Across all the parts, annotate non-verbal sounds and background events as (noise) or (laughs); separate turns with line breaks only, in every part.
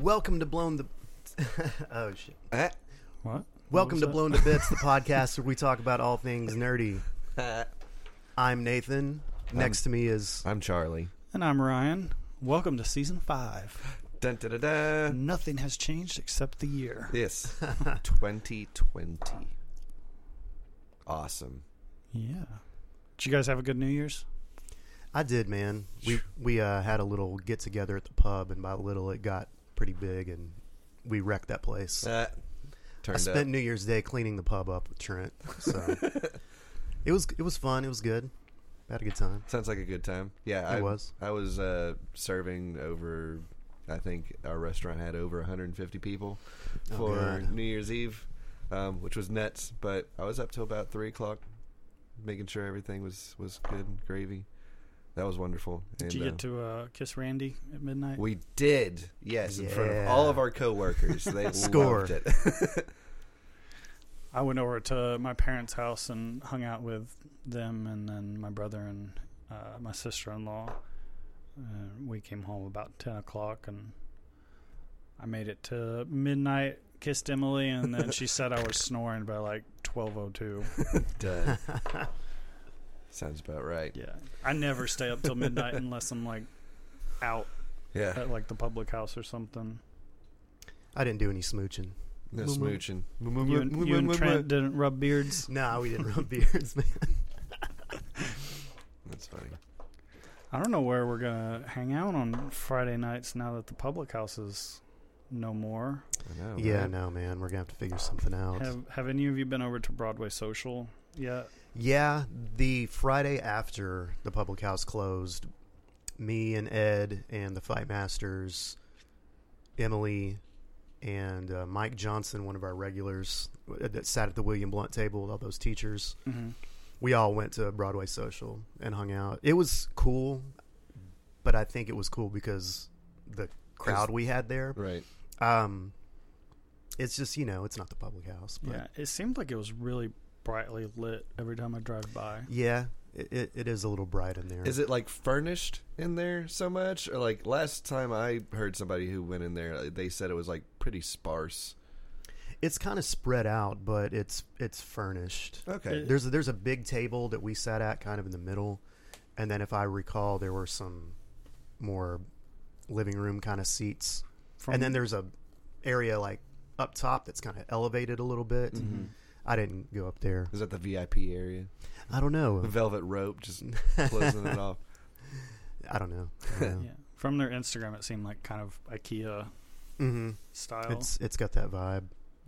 Welcome to Blown the. (laughs) oh shit.
Eh,
What?
Welcome to
that?
Blown to Bits,
(laughs)
the podcast where we talk about all things nerdy.
eh.
I'm Nathan. Next to me is
I'm Charlie.
And I'm Ryan. Welcome to season five.
Dun, dun, dun, dun.
Nothing has changed except the year.
Yes.
(laughs)
2020. Awesome.
Yeah. Did you guys have a good New Year's?
I did man. We we uh, had a little get together at the pub, and by little it got pretty big, and we wrecked that place.
Eh.
I
Turned
spent
up.
New Year's Day cleaning the pub up with Trent,
(laughs)
so it was it was fun. It was good. Had a good time.
Sounds like a good time. Yeah,
It
I
was.
I was uh, serving over. I think our restaurant had over 150 people
Oh,
for
God.
New Year's Eve, um, which was nuts. But I was up till about three o'clock, making sure everything was was good and gravy. That was wonderful. And,
Did you
uh,
get to uh, kiss Randy at midnight?
We did, yes, in front of
Yeah.
all of our
(laughs)
coworkers. They
Score.
loved it.
I went over to my parents' house and hung out with them, and then my brother and uh, my sister-in-law. Uh, we came home about ten o'clock, and I made it to midnight. Kissed Emily, and then she said I was snoring by like twelve oh two.
(laughs)
Done. Sounds about right.
Yeah, I never stay up till midnight unless I'm like out
Yeah,
at like the public house or something.
I didn't do any smooching.
no
Moo moo.
smooching.
You and, you and Trent didn't rub beards.
Nah, we (laughs) didn't rub beards,
(laughs)
man.
That's funny.
I don't know where we're gonna hang out on Friday nights now that the public house is no more.
I know.
Yeah,
right?
no, man. We're gonna have to figure something out.
Have Have any of you been over to Broadway Social yet?
Yeah, the Friday after the public house closed, me and Ed and the Fight Masters, Emily, and uh, Mike Johnson, one of our regulars uh, that sat at the William Blunt table with all those teachers,
Mm-hmm.
we all went to Broadway Social and hung out. It was cool, but I think it was cool because the crowd we had there.
Right.
Um, it's just you know, it's not the public house, but
Yeah, it seemed like it was really brightly lit every time I drive by.
yeah, it, it, it is a little bright in there.
Is it like furnished in there so much, or like last time I heard somebody who went in there, like, they said it was like pretty sparse.
It's kind of spread out, but it's it's furnished.
Okay.
It-
There's a, there's a big table that we sat at, kind of in the middle, and then if I recall, there were some more living room kind of seats,
From,
and then there's a area like up top that's kind of elevated a little bit.
Mm-hmm.
I didn't go up there.
Is that the VIP area?
I don't
The
know.
velvet rope
(laughs)
just (laughs) closing it off.
I don't know. I don't know.
(laughs)
yeah, from their Instagram, it seemed like kind of IKEA
hmm
style.
It's it's got that vibe.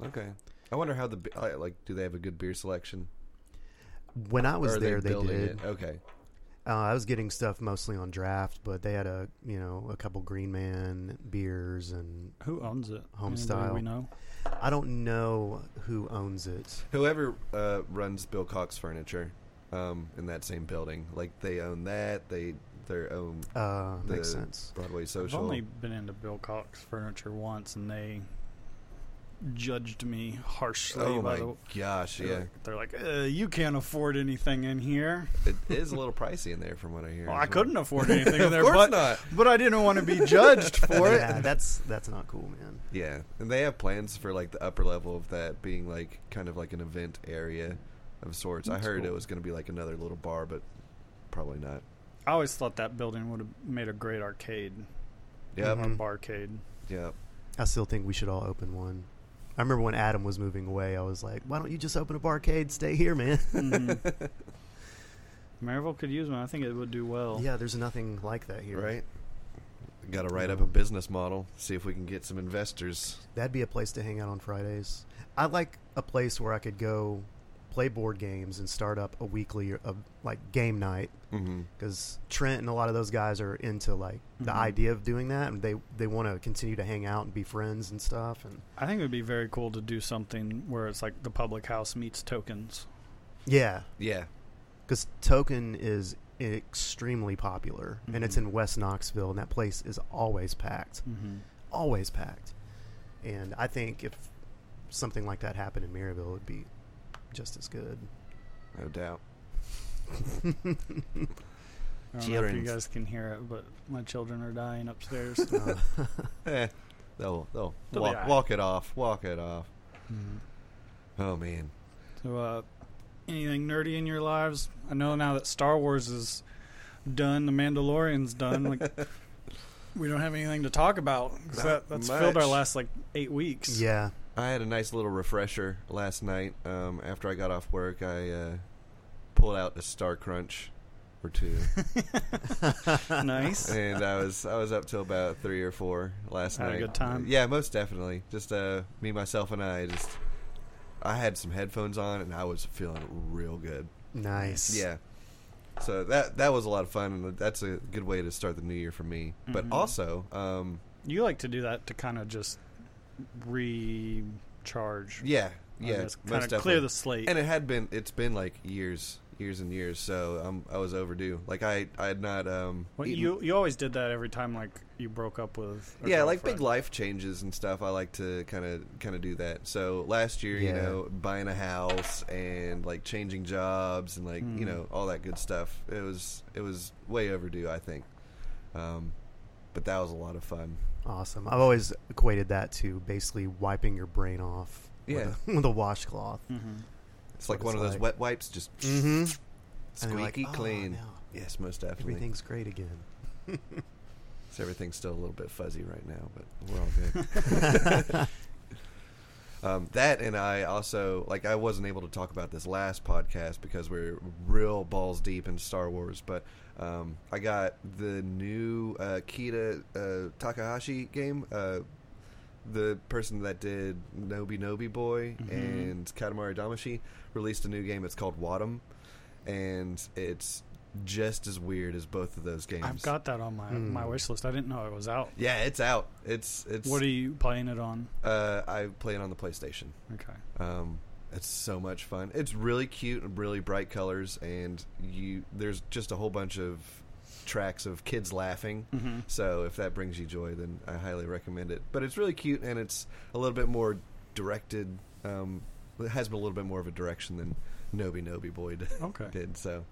Okay. I wonder how the be- I- like do they have a good beer selection?
When I
Or
was
are
there, they,
building
did.
It? Okay.
Uh, I was getting stuff mostly on draft, but they had a you know a couple Green Man beers, and
Who owns it?
Home
Anybody
style.
We know.
I don't know who owns it.
Whoever uh, runs Bill Cox Furniture um, in that same building, like they own that, they their own
Uh,
the
makes sense.
Broadway
I've
Social.
only been into Bill Cox furniture once, and they judged me harshly.
oh
by
my
the,
gosh,
they're
yeah,
like, they're like uh, "You can't afford anything in here."
it is a little pricey in there from what I hear.
Well,
as
I couldn't afford
(laughs)
anything in
of
there,
course
but
not.
but I didn't want to be judged for
(laughs)
it.
yeah, that's that's not cool, man.
Yeah, and they have plans for like the upper level of that being like kind of like an event area of sorts. I
That's
heard
cool.
it was going to be like another little bar, but probably not.
I always thought that building would have made a great arcade,
Yep,
Mhm. (laughs)
a barcade.
yep.
I still think we should all open one. I remember when Adam was moving away, I was like, "Why don't you just open a barcade? Stay here, man."
Mhm. Maryville could use one. I think it would do well.
yeah, there's nothing like that here.
Right. Got to write up a business model. See if we can get some investors.
That'd be a place to hang out on Fridays. I like a place where I could go play board games and start up a weekly of like game night
Mm-hmm.
because Trent and a lot of those guys are into like the
Mhm.
idea of doing that, and they they want to continue to hang out and be friends and stuff. And
I think it would be very cool to do something where it's like the public house meets tokens.
yeah,
Yeah,
because Token is extremely popular, and it's
Mm-hmm.
Mhm.
in West Knoxville, and that place is always packed,
Mm-hmm.
always packed. And I think if something like that happened in Maryville, it'd be just as
(laughs)
good.
no doubt.
I don't know if you
Children's. (laughs) Oh.
guys can hear it, but my children are dying upstairs.
Uh,
Eh, They'll they'll
They'll be
walk,
all right.
walk it off. Walk it off.
Mhm.
Oh man.
So, uh, anything nerdy in your lives? I know now that Star Wars is done, The Mandalorian's done. Like,
(laughs)
we don't have anything to talk about 'cause that,
Not
that's filled our
much.
last like eight weeks.
Yeah.
I had a nice little refresher last night. Um, after I got off work, I uh, pulled out a Star Crunch or two,
(laughs) (laughs) nice.
(laughs) and I was I was up till about three or four last
Had a
night.
good time?
Yeah, most definitely. Just uh, me, myself, and I. Just I had some headphones on, and I was feeling real good.
Nice.
Yeah. So that that was a lot of fun, and that's a good way to start the new year for me.
Mhm.
But also, um,
You like to do that to kind of just recharge.
yeah, yeah, most
kind of
definitely.
clear the slate.
and it had been it's been like years years and years so um, i was overdue like i i had not um
Well,
eaten-
you you always did that every time like you broke up with. a
yeah like big
girlfriend.
life changes and stuff i like to kind of kind of do that so last year you
Yeah.
know buying a house and like changing jobs and like
Hmm.
you
Mm.
know all that good stuff it was it was way overdue i think um but that was a lot of fun
Awesome. I've always equated that to basically wiping your brain off
Yeah.
with, a, (laughs) with a washcloth.
Mhm.
it's like
what
one
it's
of those
like.
wet wipes just (sniffs)
Mm-hmm.
squeaky clean yes most definitely
"Oh, everything's great
(laughs)
again.
So everything's still a little bit fuzzy right now, but we're
(laughs)
all good. (laughs) um, that and I also like I wasn't able to talk about this last podcast because we're real balls deep in Star Wars, but um, I got the new uh, Kita uh, Takahashi game. Uh, the person that did Nobi Nobi Boy
Mhm.
and Katamari Damacy released a new game. It's called Wadum, and it's just as weird as both of those games. Hmm.
I've got that on my
Mm.
my wish list. I didn't know it was out.
Yeah, it's out. It's it's.
What are you playing it on?
uh, I play it on the PlayStation.
Okay.
Um, it's so much fun. It's really cute and really bright colors, and you there's just a whole bunch of tracks of kids laughing.
Mm-hmm.
So if that brings you joy, then I highly recommend it. But it's really cute, and it's a little bit more directed. Um, it has been a little bit more of a direction than Nobi Nobi Boy (laughs) did.
Okay.
did, So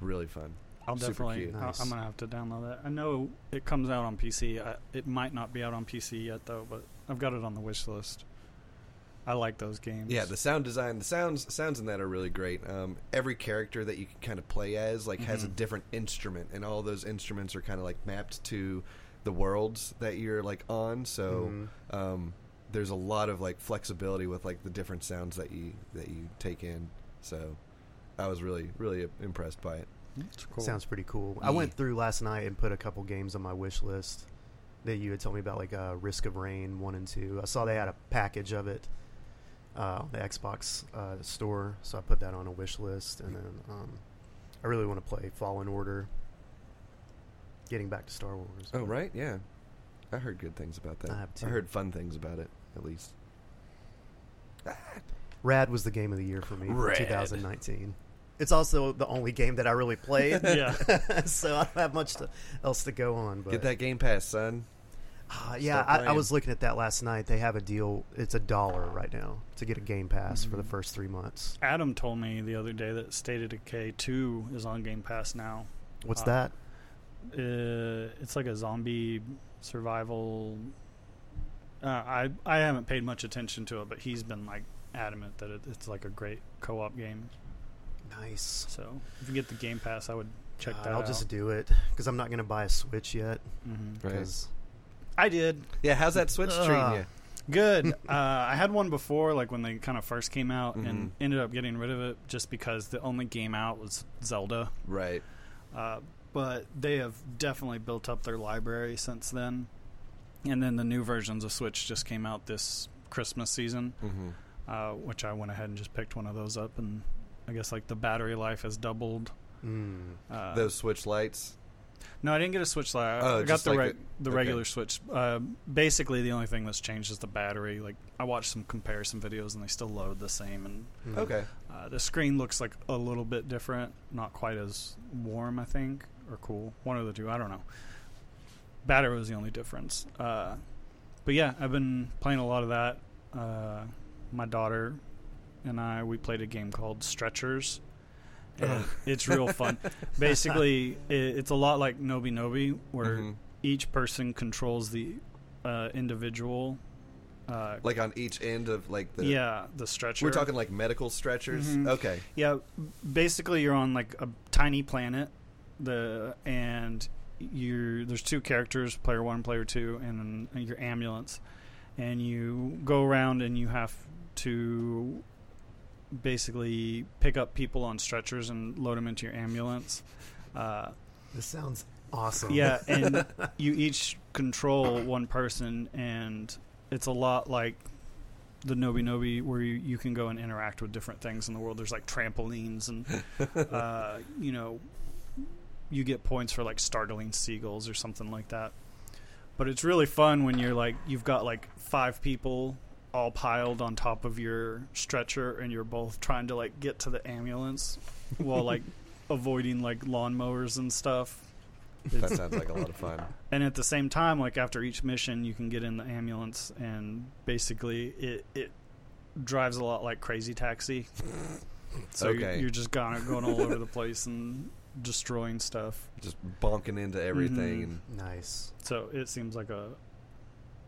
really fun.
I'll
Super
definitely.
cute.
I-
Nice.
I'm gonna have to download that. I know it comes out on PC. I, it might not be out on PC yet though, but I've got it on the wish list. I like those games.
Yeah, the sound design, the sounds sounds in that are really great. Um, every character that you can kind of play as like has a
Mm-hmm.
Mhm.
different instrument, and all those instruments are kind of like mapped to the worlds that you're like on. So
Mhm.
um, there's a lot of like flexibility with like the different sounds that you that you take in. So I was really really impressed by it.
it's cool.
Sounds pretty cool. I
Yeah.
went through last night and put a couple games on my wish list that you had told me about, like uh, Risk of Rain one and two. I saw they had a package of it uh, on the Xbox uh, store, so I put that on a wish list. And then um, I really want to play Fallen Order. Getting back to Star Wars.
Oh right, yeah, I heard good things about that.
I have too.
I heard fun things about it at least.
Rad was the game of the year for me
Rad.
for 2019. It's also the only game that I really played.
(laughs)
Yeah.
(laughs) so I don't have much to, else to go on. But
Get that Game Pass, son.
Ah, yeah,
Start
I, I
playing.
was looking at that last night. They have a deal. It's a dollar right now to get a Game Pass for the
Mhm.
first three monons
Adam told me the other day that State of Decay 2 is on Game Pass now.
What's
Uh,
that?
Uh, it's like a zombie survival. Uh, I I haven't paid much attention to it, but he's been like adamant that it, it's like a great co-op game.
Nice.
So if you get the Game Pass, I would check
God,
that
I'll
out.
just do it because I'm not going to buy a Switch yet.
Mhm.
Right.
'cause-
I did
Yeah, how's that Switch treating
Ugh.
you?
good. (laughs) uh, I had one before, like when they kind of first came out,
Mhm.
and ended up getting rid of it just because the only game out was Zelda.
Right.
Uh, but they have definitely built up their library since then. And then the new versions of Switch just came out this Christmas season,
Mm-hmm.
uh, which I went ahead and just picked one of those up. And I guess like the battery life has doubled.
Mm.
Uh,
Those switch lights.
No, I didn't get a Switch Lite. I-
Oh,
I got
just
the
like
reg-
it.
the
Okay.
regular Switch. Uh, basically, the only thing that's changed is the battery. Like I watched some comparison videos, and they still load the same. And
Mm.
Okay.
uh, the screen looks like a little bit different, not quite as warm, I think, or cool. One of the two, I don't know. Battery was the only difference. Uh, but yeah, I've been playing a lot of that. Uh, my daughter and I, we played a game called Stretchers.
Oh.
And (laughs) it's real fun. Basically, i it's a lot like Nobi Nobi, where
Mhm.
each person controls the uh, individual. Uh,
Like on each end of like the.
yeah, the stretcher.
We're talking like medical stretchers.
Mhm.
Okay.
Yeah, basically you're on like a tiny planet, the and you there's two characters, player one, player two, and then your ambulance, and you go around and you have to basically pick up people on stretchers and load them into your ambulance. Uh,
This sounds awesome. (laughs)
yeah, and you each control one person, and it's a lot like the Nobi Nobi, where you, you can go and interact with different things in the world. There's like trampolines, and uh, you know, you get points for like startling seagulls or something like that. But it's really fun when you're like you've got like five people all piled on top of your stretcher, and you're both trying to like get to the ambulance while like avoiding like lawnmowers and stuff
That sounds like a lot of
(laughs)
fun.
and at the same time like after each mission you can get in the ambulance and basically it it drives a lot like crazy taxi so you're,
Okay.
you're just kind of going all over the place and destroying stuff
Just bonking
Mm-hmm.
into everything. and
Nice.
so it seems like a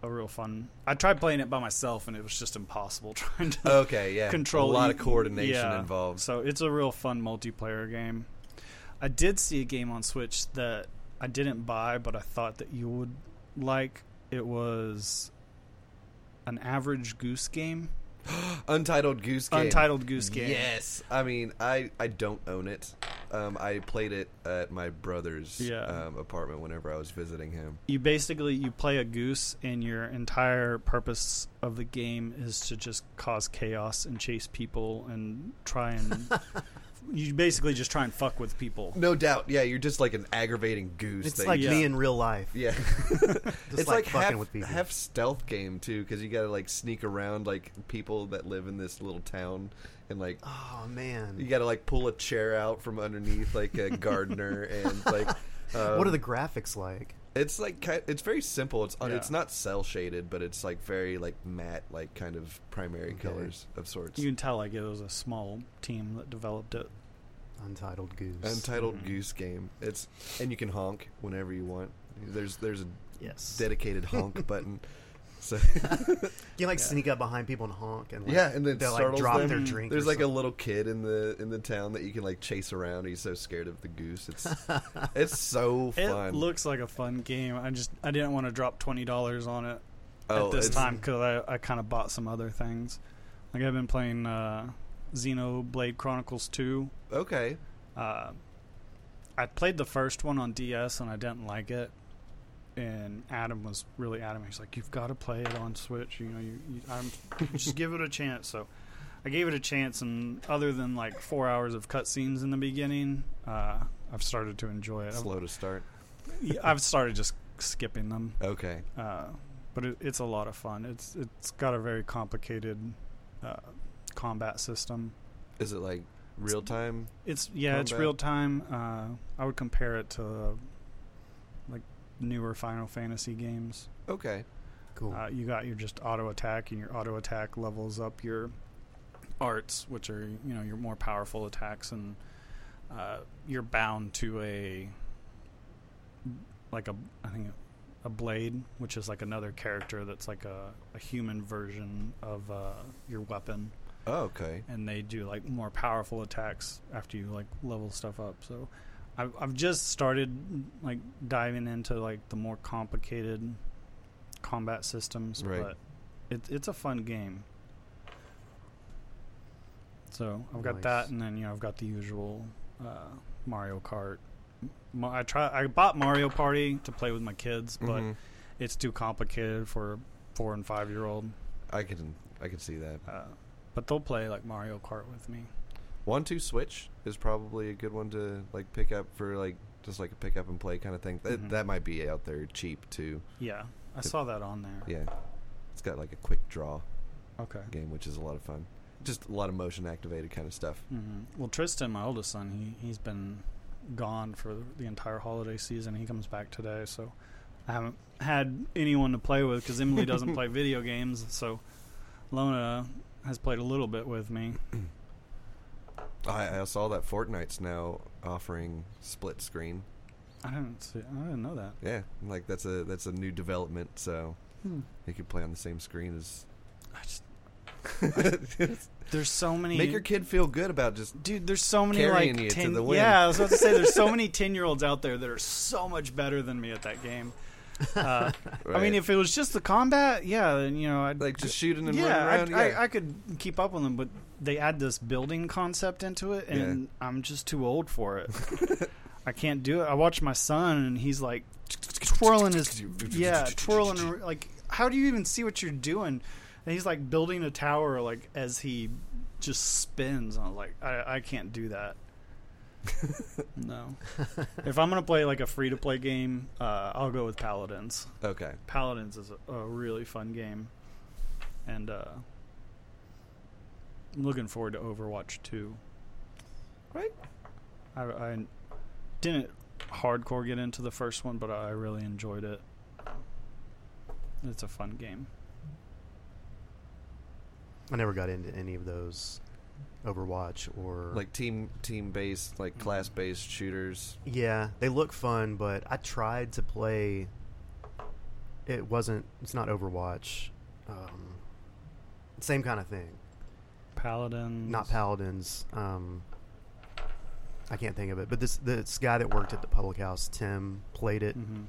a real fun i tried playing it by myself and it was just impossible (laughs) trying to
Okay. Yeah.
control
A lot
you-
of coordination
yeah.
involved.
So it's a real fun multiplayer game. I did see a game on Switch that I didn't buy, but I thought that you would like. It was an average goose game,
Untitled Goose Game.
untitled goose game.
Yes. I mean, I, I don't own it. Um, I played it at my brother's
Yeah.
um, apartment whenever I was visiting him.
You basically you play a goose, and your entire purpose of the game is to just cause chaos and chase people and
(laughs)
try and. You basically just try and fuck with people.
No doubt. Yeah, you're just like an aggravating goose.
It's
that
like
you-
me
Yeah.
in real life.
yeah.
(laughs)
(laughs)
Just
it's
like,
like,
fucking
half,
with people.
half stealth game too, because you gotta like sneak around like people that live in this little town, and like
oh
you
man.
gotta like pull a chair out from underneath
(laughs)
like a gardener, and like um,
what are the graphics like?
It's like ki- it's very simple. It's uh,
Yeah.
it's not cell shaded, but it's like very like matte, like kind of primary
Okay.
colors of sorts.
You can tell like it was a small team that developed it.
Untitled Goose.
Untitled
Mm-hmm.
Mhm.
Goose Game. It's and you can honk whenever you want. There's there's a
yes. (laughs)
dedicated honk button. So
You like
Yeah.
sneak up behind people and honk and like,
yeah, and then it
they'll like
startles
drop
them.
their
Mhm.
drink.
There's like a little kid in the in the town that you can like chase around. He's so scared of the goose.
(laughs)
It's it's so
It
fun.
looks like a fun game. I just I didn't want to drop twenty dollars on it
Oh,
at this
it's-
time because I, I kind of bought some other things. Like I've been playing uh, Xenoblade Chronicles Two.
Okay,
Uh, I played the first one on DS and I didn't like it. And Adam was really adamant. He's like, "You've got to play it on Switch. You know, you, you I'm, (laughs) just give it a chance." So I gave it a chance, and other than like four hours of cutscenes in the beginning, uh, I've started to enjoy it. I've
slow to start.
yeah, I've started just skipping them,
Okay,
uh, but it, it's a lot of fun. It's it's got a very complicated uh, combat system.
is it like real time?
It's yeah, it's
Combat.
real time. Uh, I would compare it to like newer Final Fantasy games.
Okay,
(laughs) cool.
Uh, you got your just auto attack, and your auto attack levels up your arts, which are you know your more powerful attacks, and uh, you're bound to a like a I think a blade, which is like another character that's like a, a human version of uh, your weapon,
oh, okay.
and they do like more powerful attacks after you like level stuff up. So. I've I've just started like diving into like the more complicated combat systems,
Right.
but it, it's a fun game. So I've got that,
Nice.
and then you know I've got the usual uh, Mario Kart. Ma- I try. I bought Mario Party to play with my kids, but
Mhm.
it's too complicated for a four and five year old.
I can I can see that.
Uh, but they'll play like Mario Kart with me.
One two switch is probably a good one to like pick up for like just like a pick up and play kind of thing. That
Mhm.
that might be out there cheap too.
Yeah, I
Good.
saw that on there.
Yeah, it's got like a quick draw
Okay.
game, which is a lot of fun. Just a lot of motion activated kind of stuff.
Mhm. Well, Tristan, my oldest son, he he's been gone for the entire holiday season. He comes back today, so I haven't had anyone to play with because
(laughs)
Emily doesn't play video games. So Lona has played a little bit with me.
I, I saw that Fortnite's now offering split screen.
I didn't see. I didn't know that.
Yeah, like that's a that's a new development. So
Hmm.
It could play on the same screen as.
I just,
(laughs)
there's so many.
Make your kid feel good about just.
Dude, there's so many
Carrying
like
you to
ten.
the win.
Yeah, I was about to say there's
(laughs)
so many ten year olds out there that are so much better than me at that game.
(laughs)
Uh, I
Right.
mean, if it was just the combat, yeah, then you know, I'd
like just shooting and
yeah,
running around.
I,
yeah,
I, I could keep up with them, but they add this building concept into it, and I'm just too old
(laughs)
for it. I can't do it. I watch my son, and he's like
(laughs)
twirling his yeah, twirling ar- like how do you even see what you're doing? And he's like building a tower like as he just spins. I'm like I, I can't do that. no.
Uh,
(laughs)
if I'm gonna play like a free to play game, uh, I'll go with Paladins.
(laughs) okay.
Paladins is a, a really fun game, and uh, I'm looking forward to Overwatch 2.
Right.
I, I didn't hardcore get into the first one, but I really enjoyed it. It's a fun game.
I never got into any of those Overwatch or
Like team team based, like class based shooters.
yeah, they look fun, but I tried to play. It wasn't. It's not Overwatch. Um, same kind of thing.
Paladins.
Not paladins. Um, I can't think of it. But this this guy that worked at the public house, Tim, played it,
hmm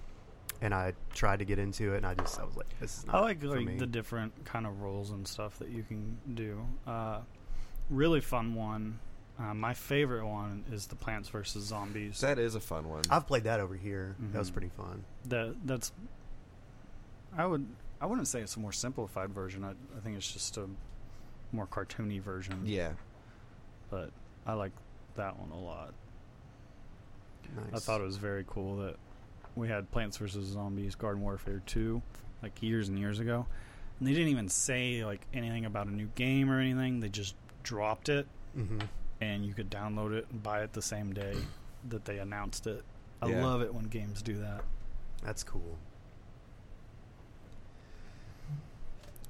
and I tried to get into it, and I just I was like, this is not.
I like
for me.
like the different kind of roles and stuff that you can do. Uh, really fun one. Uh, my favorite one is the Plants vs Zombies.
That is a fun one.
I've played that over here. That was
Mhm.
pretty fun.
that that's i would i wouldn't say it's a more simplified version i, I think it's just a more cartoony version
yeah.
but i like that one a lot
Nice.
i thought it was very cool that we had plants vs zombies garden warfare 2 like years and years ago and they didn't even say like anything about a new game or anything they just dropped it
hmm
and you could download it and buy it the same day that they announced it i
Yeah.
love it when games do that
That's cool.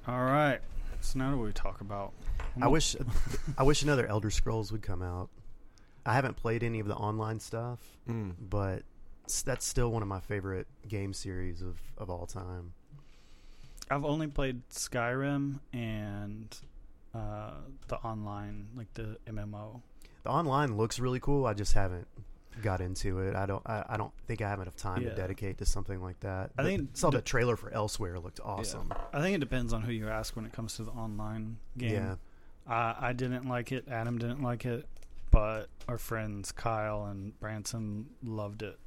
all right so now what do we talk about I'm
I
not-
wish, I wish another Elder Scrolls would come out. I haven't played any of the online stuff,
Mm. (laughs)
but s- that's still one of my favorite game series of, of all time.
I've only played Skyrim and uh, the online, like the MMO.
The online looks really cool. I just haven't got into it. I don't. I, I don't think I have enough time
Yeah.
to dedicate to something like that.
I
But
think
saw
the-
the trailer for Elsewhere looked awesome.
I think it depends on who you ask when it comes to the online game.
Yeah.
I, I didn't like it. Adam didn't like it, but our friends Kyle and Branson loved it.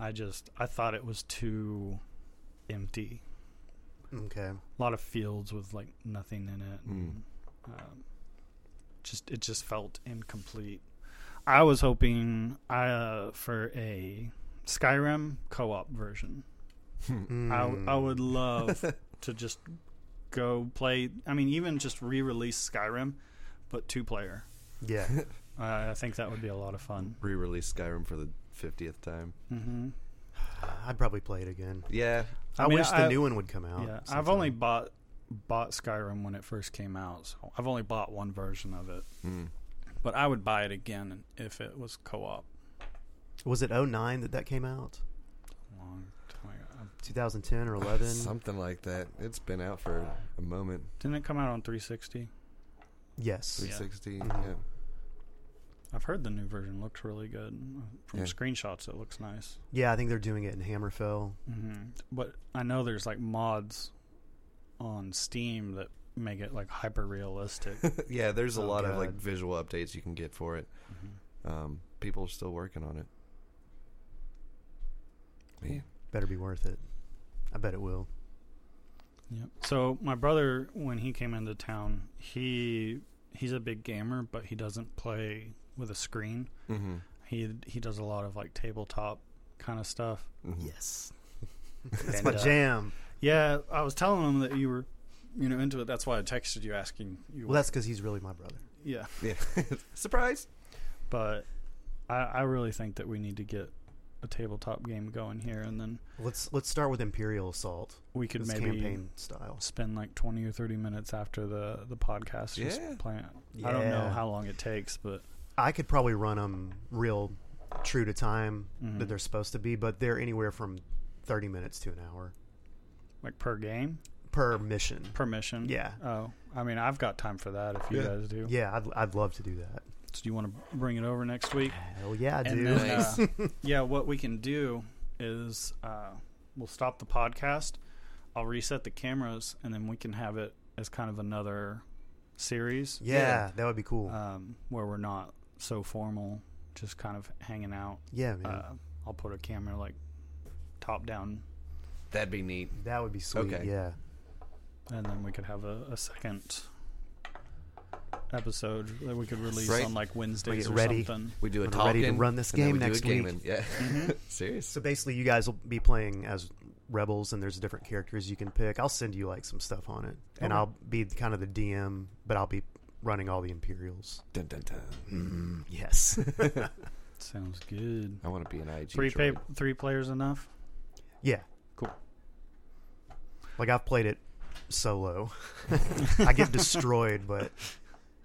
I just I thought it was too empty.
Okay.
A lot of fields with like nothing in it.
Hmm.
Mm.
um, just it just felt incomplete. I was hoping uh, for a Skyrim co-op version.
Mm.
I I
(laughs)
would love to just go play. I mean, even just re-release Skyrim, but two-player.
Yeah. (sighs)
Uh, I think that would be a lot of fun.
Re-release Skyrim for the fiftieth time.
Mm-hmm.
I'd probably play it again.
Yeah.
I,
I mean,
wish the
I-
new one would come out.
yeah, I've
sometime.
only bought bought Skyrim when it first came out, so I've only bought one version of it.
Mm.
But I would buy it again if it was co-op.
Was it 09 that that came out?
Long time ago. Um,
2010 or
(sighs)
11?
Something like that. It's been out for a moment.
Didn't it come out on 360?
yes.
Three sixty. Yeah.
Mhm.
I've heard the new version looks really good. From
Yeah.
screenshots, it looks nice.
Yeah, I think they're doing it in Hammerfell.
Mm-hmm. But I know there's like mods on Steam that make it like hyper realistic.
(laughs) Yeah, there's a
Oh,
lot of like
God.
visual updates you can get for it. Um, people are still working on it. Man.
Better be worth it. I bet it will.
Yep. So my brother, when he came into town, he he's a big gamer, but he doesn't play with a screen.
Mm-hmm.
He he does a lot of like tabletop kind of stuff.
Mm-hmm.
Yes. (laughs) That's
And,
my
uh,
jam.
Yeah, I was telling him that you were, you know, into it. That's why I texted you asking you.
Well, that's because he's really my brother.
yeah.
Yeah. Surprise.
but I, I really think that we need to get a tabletop game going here, and then
Let's let's start with Imperial Assault.
we could
It's
maybe
campaign style.
spend like twenty or thirty minutes after the the podcast just
Yeah.
playing. it. I don't know
Yeah.
how long it takes, but
I could probably run them real true to time
Mhm.
that they're supposed to be, but they're anywhere from 30 minutes to an hour.
like per game,
per mission.
per mission.
Yeah.
Oh, I mean, I've got time for that if you
Yeah.
guys do.
Yeah, I'd, I'd love to do that.
So do you want to bring it over next week?
Hell yeah,
And
dude.
then,
Nice.
uh, yeah, what we can do is uh, we'll stop the podcast. I'll reset the cameras, and then we can have it as kind of another series
yeah,
yeah. Uh,
that would be cool.
um, where we're not so formal, just kind of hanging out.
yeah, man.
Uh, I'll put a camera like top down,
That'd be neat.
that would be sweet.
okay.
Yeah.
and then we could have a, a second episode that we could release
Right.
on like Wednesdays
get
or
ready.
something. Mm-hmm.
We do a
I'm
talking.
ready to run this
and then
game
we do a
next week.
gaming. Yeah. (laughs) Serious.
So basically, you guys will be playing as rebels, and there's different characters you can pick. I'll send you like some stuff on it, and
Okay.
I'll be kind of the DM, but I'll be running all the Imperials.
Dun, dun,
Mm,
dun.
(laughs)
Yes.
Sounds good.
Mm-hmm. I want to be an IG.
Three
droid.
pa- three players enough.
yeah.
Cool.
Like I've played it solo. (laughs) I get destroyed, but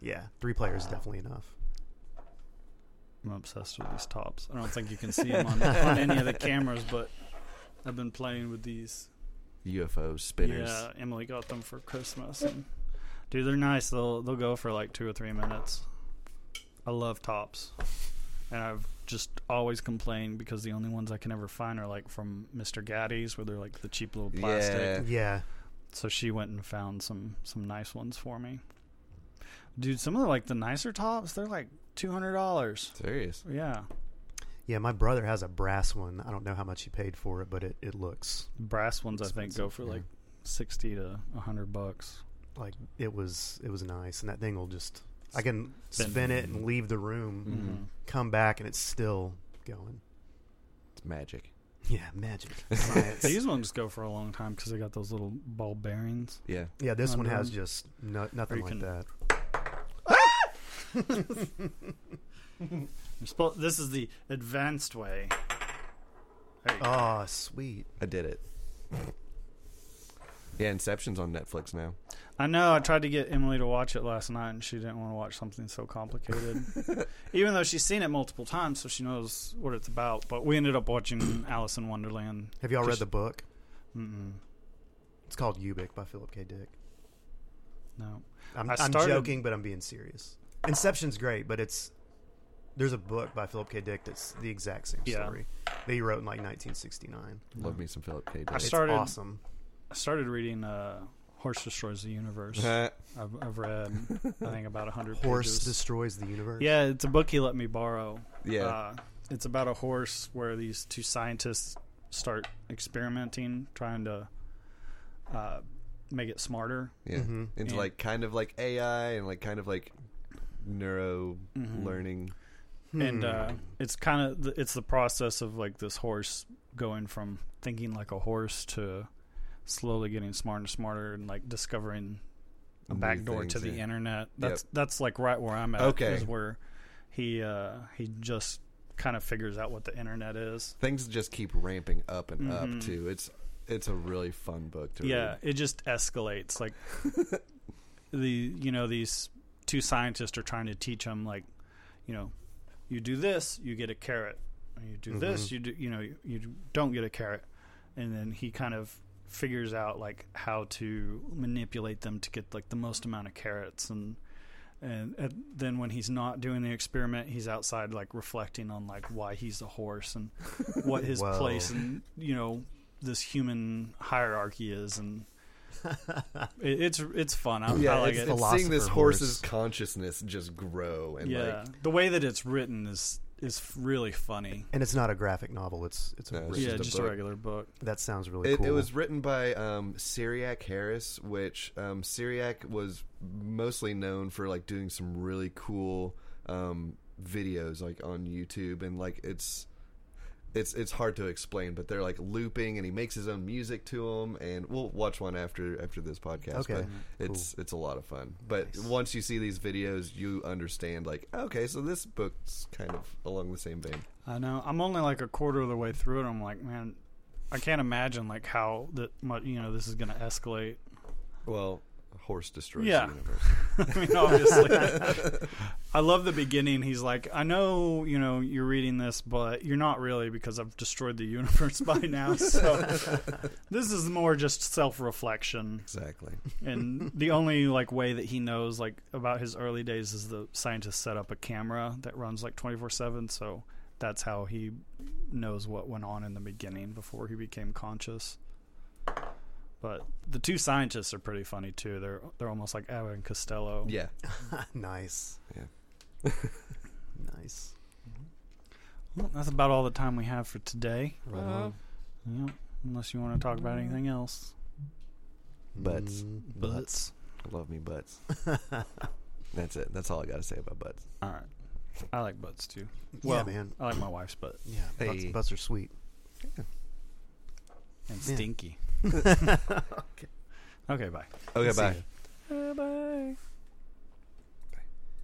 yeah, three players is definitely enough.
I'm obsessed with these tops. I don't think you can see them on, on any of the cameras, but I've been playing with these.
UFO spinners.
Yeah, Emily got them for Christmas, and dude, they're nice. They'll they'll go for like two or three minutes. I love tops, and I've just always complained because the only ones I can ever find are like from Mr. Gaddy's, where they're like the cheap little plastic.
Yeah.
Yeah.
So she went and found some some nice ones for me. Dude, some of the, like the nicer tops, they're like two hundred dollars.
Serious.
Yeah,
Yeah, my brother has a brass one. I don't know how much he paid for it, but it, it looks
brass ones I think go for
yeah.
like sixty to hundred bucks.
like it was it was nice, and that thing will just I can mm-hmm.
Spin.
spin it and leave the room,
Mm-hmm.
Mhm.
come back, and it's still going.
It's magic.
Yeah, (laughs) magic. Science.
These ones go for a long time because they got those little ball bearings.
Yeah.
yeah, this one
Under
has
them.
just no, nothing
you
like
can-
that.
You're suppo- this is the advanced way. There you go.
Oh, sweet.
I did it. Yeah, Inception's on Netflix now.
I know. I tried to get Emily to watch it last night, and she didn't want to watch something so complicated.
(laughs)
Even though she's seen it multiple times, so she knows what it's about. But we ended up watching (clears throat) Alice in Wonderland.
Have y'all read
Just-
the book?
Mm-mm,
It's called Ubik by Philip K. Dick.
no,
I'm,
I
I'm
started-
joking, but I'm being serious. Inception's great, but it's there's a book by Philip K. Dick that's the exact same
Yeah.
story that he wrote in like 1969.
Love me some Philip K.
I
Dick.
It's
started-
awesome.
I started reading uh, "Horse Destroys the Universe."
(laughs)
Huh.
I've, I've read, I think, about hundred
Horse
pages.
destroys the universe.
Yeah, it's a book he let me borrow.
(laughs) Yeah.
Uh, it's about a horse where these two scientists start experimenting, trying to uh, make it smarter.
yeah.
mhm.
Into
Yeah.
like kind of like AI and like kind of like neuro
Mm-hmm.
learning.
And
Hmm.
uh, it's kind of the, it's the process of like this horse going from thinking like a horse to slowly getting smarter and smarter and like discovering a
New
backdoor to
things,
the
yeah.
internet. That's that's like right where I'm at.
Okay.
is where he uh, he just kind of figures out what the internet is.
Things just keep ramping up and
Mhm.
up too. It's it's a really fun book to
yeah
read.
it just escalates like the you know these two scientists are trying to teach him like you know you do this you get a carrot and you do this you do you know you, you don't get a carrot and then he kind of figures out like how to manipulate them to get like the most amount of carrots and and, and then when he's not doing the experiment he's outside like reflecting on like why he's a horse and what his
Whoa.
place in you know this human hierarchy is and it, it's it's fun i, I like
it's,
it
it's seeing this
Philosopher
horse's
horse.
consciousness just grow and
yeah
like
the way that it's written is is really funny
(laughs) And it's not a graphic novel. It's it's a
No, it's
real-
yeah
just a
just, a,
book.
regular book
that sounds really
It,
cool.
it was written by um, Syriac Harris, which um, Syriac was mostly known for like doing some really cool um, videos like on YouTube, and like it's it's it's hard to explain, but they're like looping, and he makes his own music to them, and we'll watch one after after this podcast.
Okay.
but
Mhm.
it's it's a lot of fun. But
Nice.
once you see these videos, you understand like okay, so this book's kind of along the same vein.
i know i'm only like a quarter of the way through it i'm like man i can't imagine like how that mu- you know this is gonna escalate (laughs)
Well, horse destroys
Yeah.
the universe.
I
(laughs)
mean, obviously. I love the beginning. He's like, I know, you know, you're reading this, but you're not really because I've destroyed the universe (laughs) by
(laughs)
now. So this is more just self reflection.
Exactly.
(laughs)
And the only like way that he knows like about his early days is the scientist set up a camera that runs like twenty four seven, so that's how he knows what went on in the beginning before he became conscious. But the two scientists are pretty funny too. They're they're almost like Abbott and Costello.
Yeah.
(laughs) nice.
Yeah.
(laughs) nice.
Well, that's about all the time we have for today.
Right on.
Yep. Unless you want to talk about anything else.
Butts.
Mm,
Butts.
I love
(laughs)
me butts. That's it. That's all I got to say about butts.
All right. I like butts too.
yeah,
Well-
man.
I like my wife's butt
Yeah, butts,
Hey.
butts are sweet.
and
Yeah.
(laughs) stinky. okay. Okay. Bye.
Okay,
Let's see.
bye.
Bye. Bye.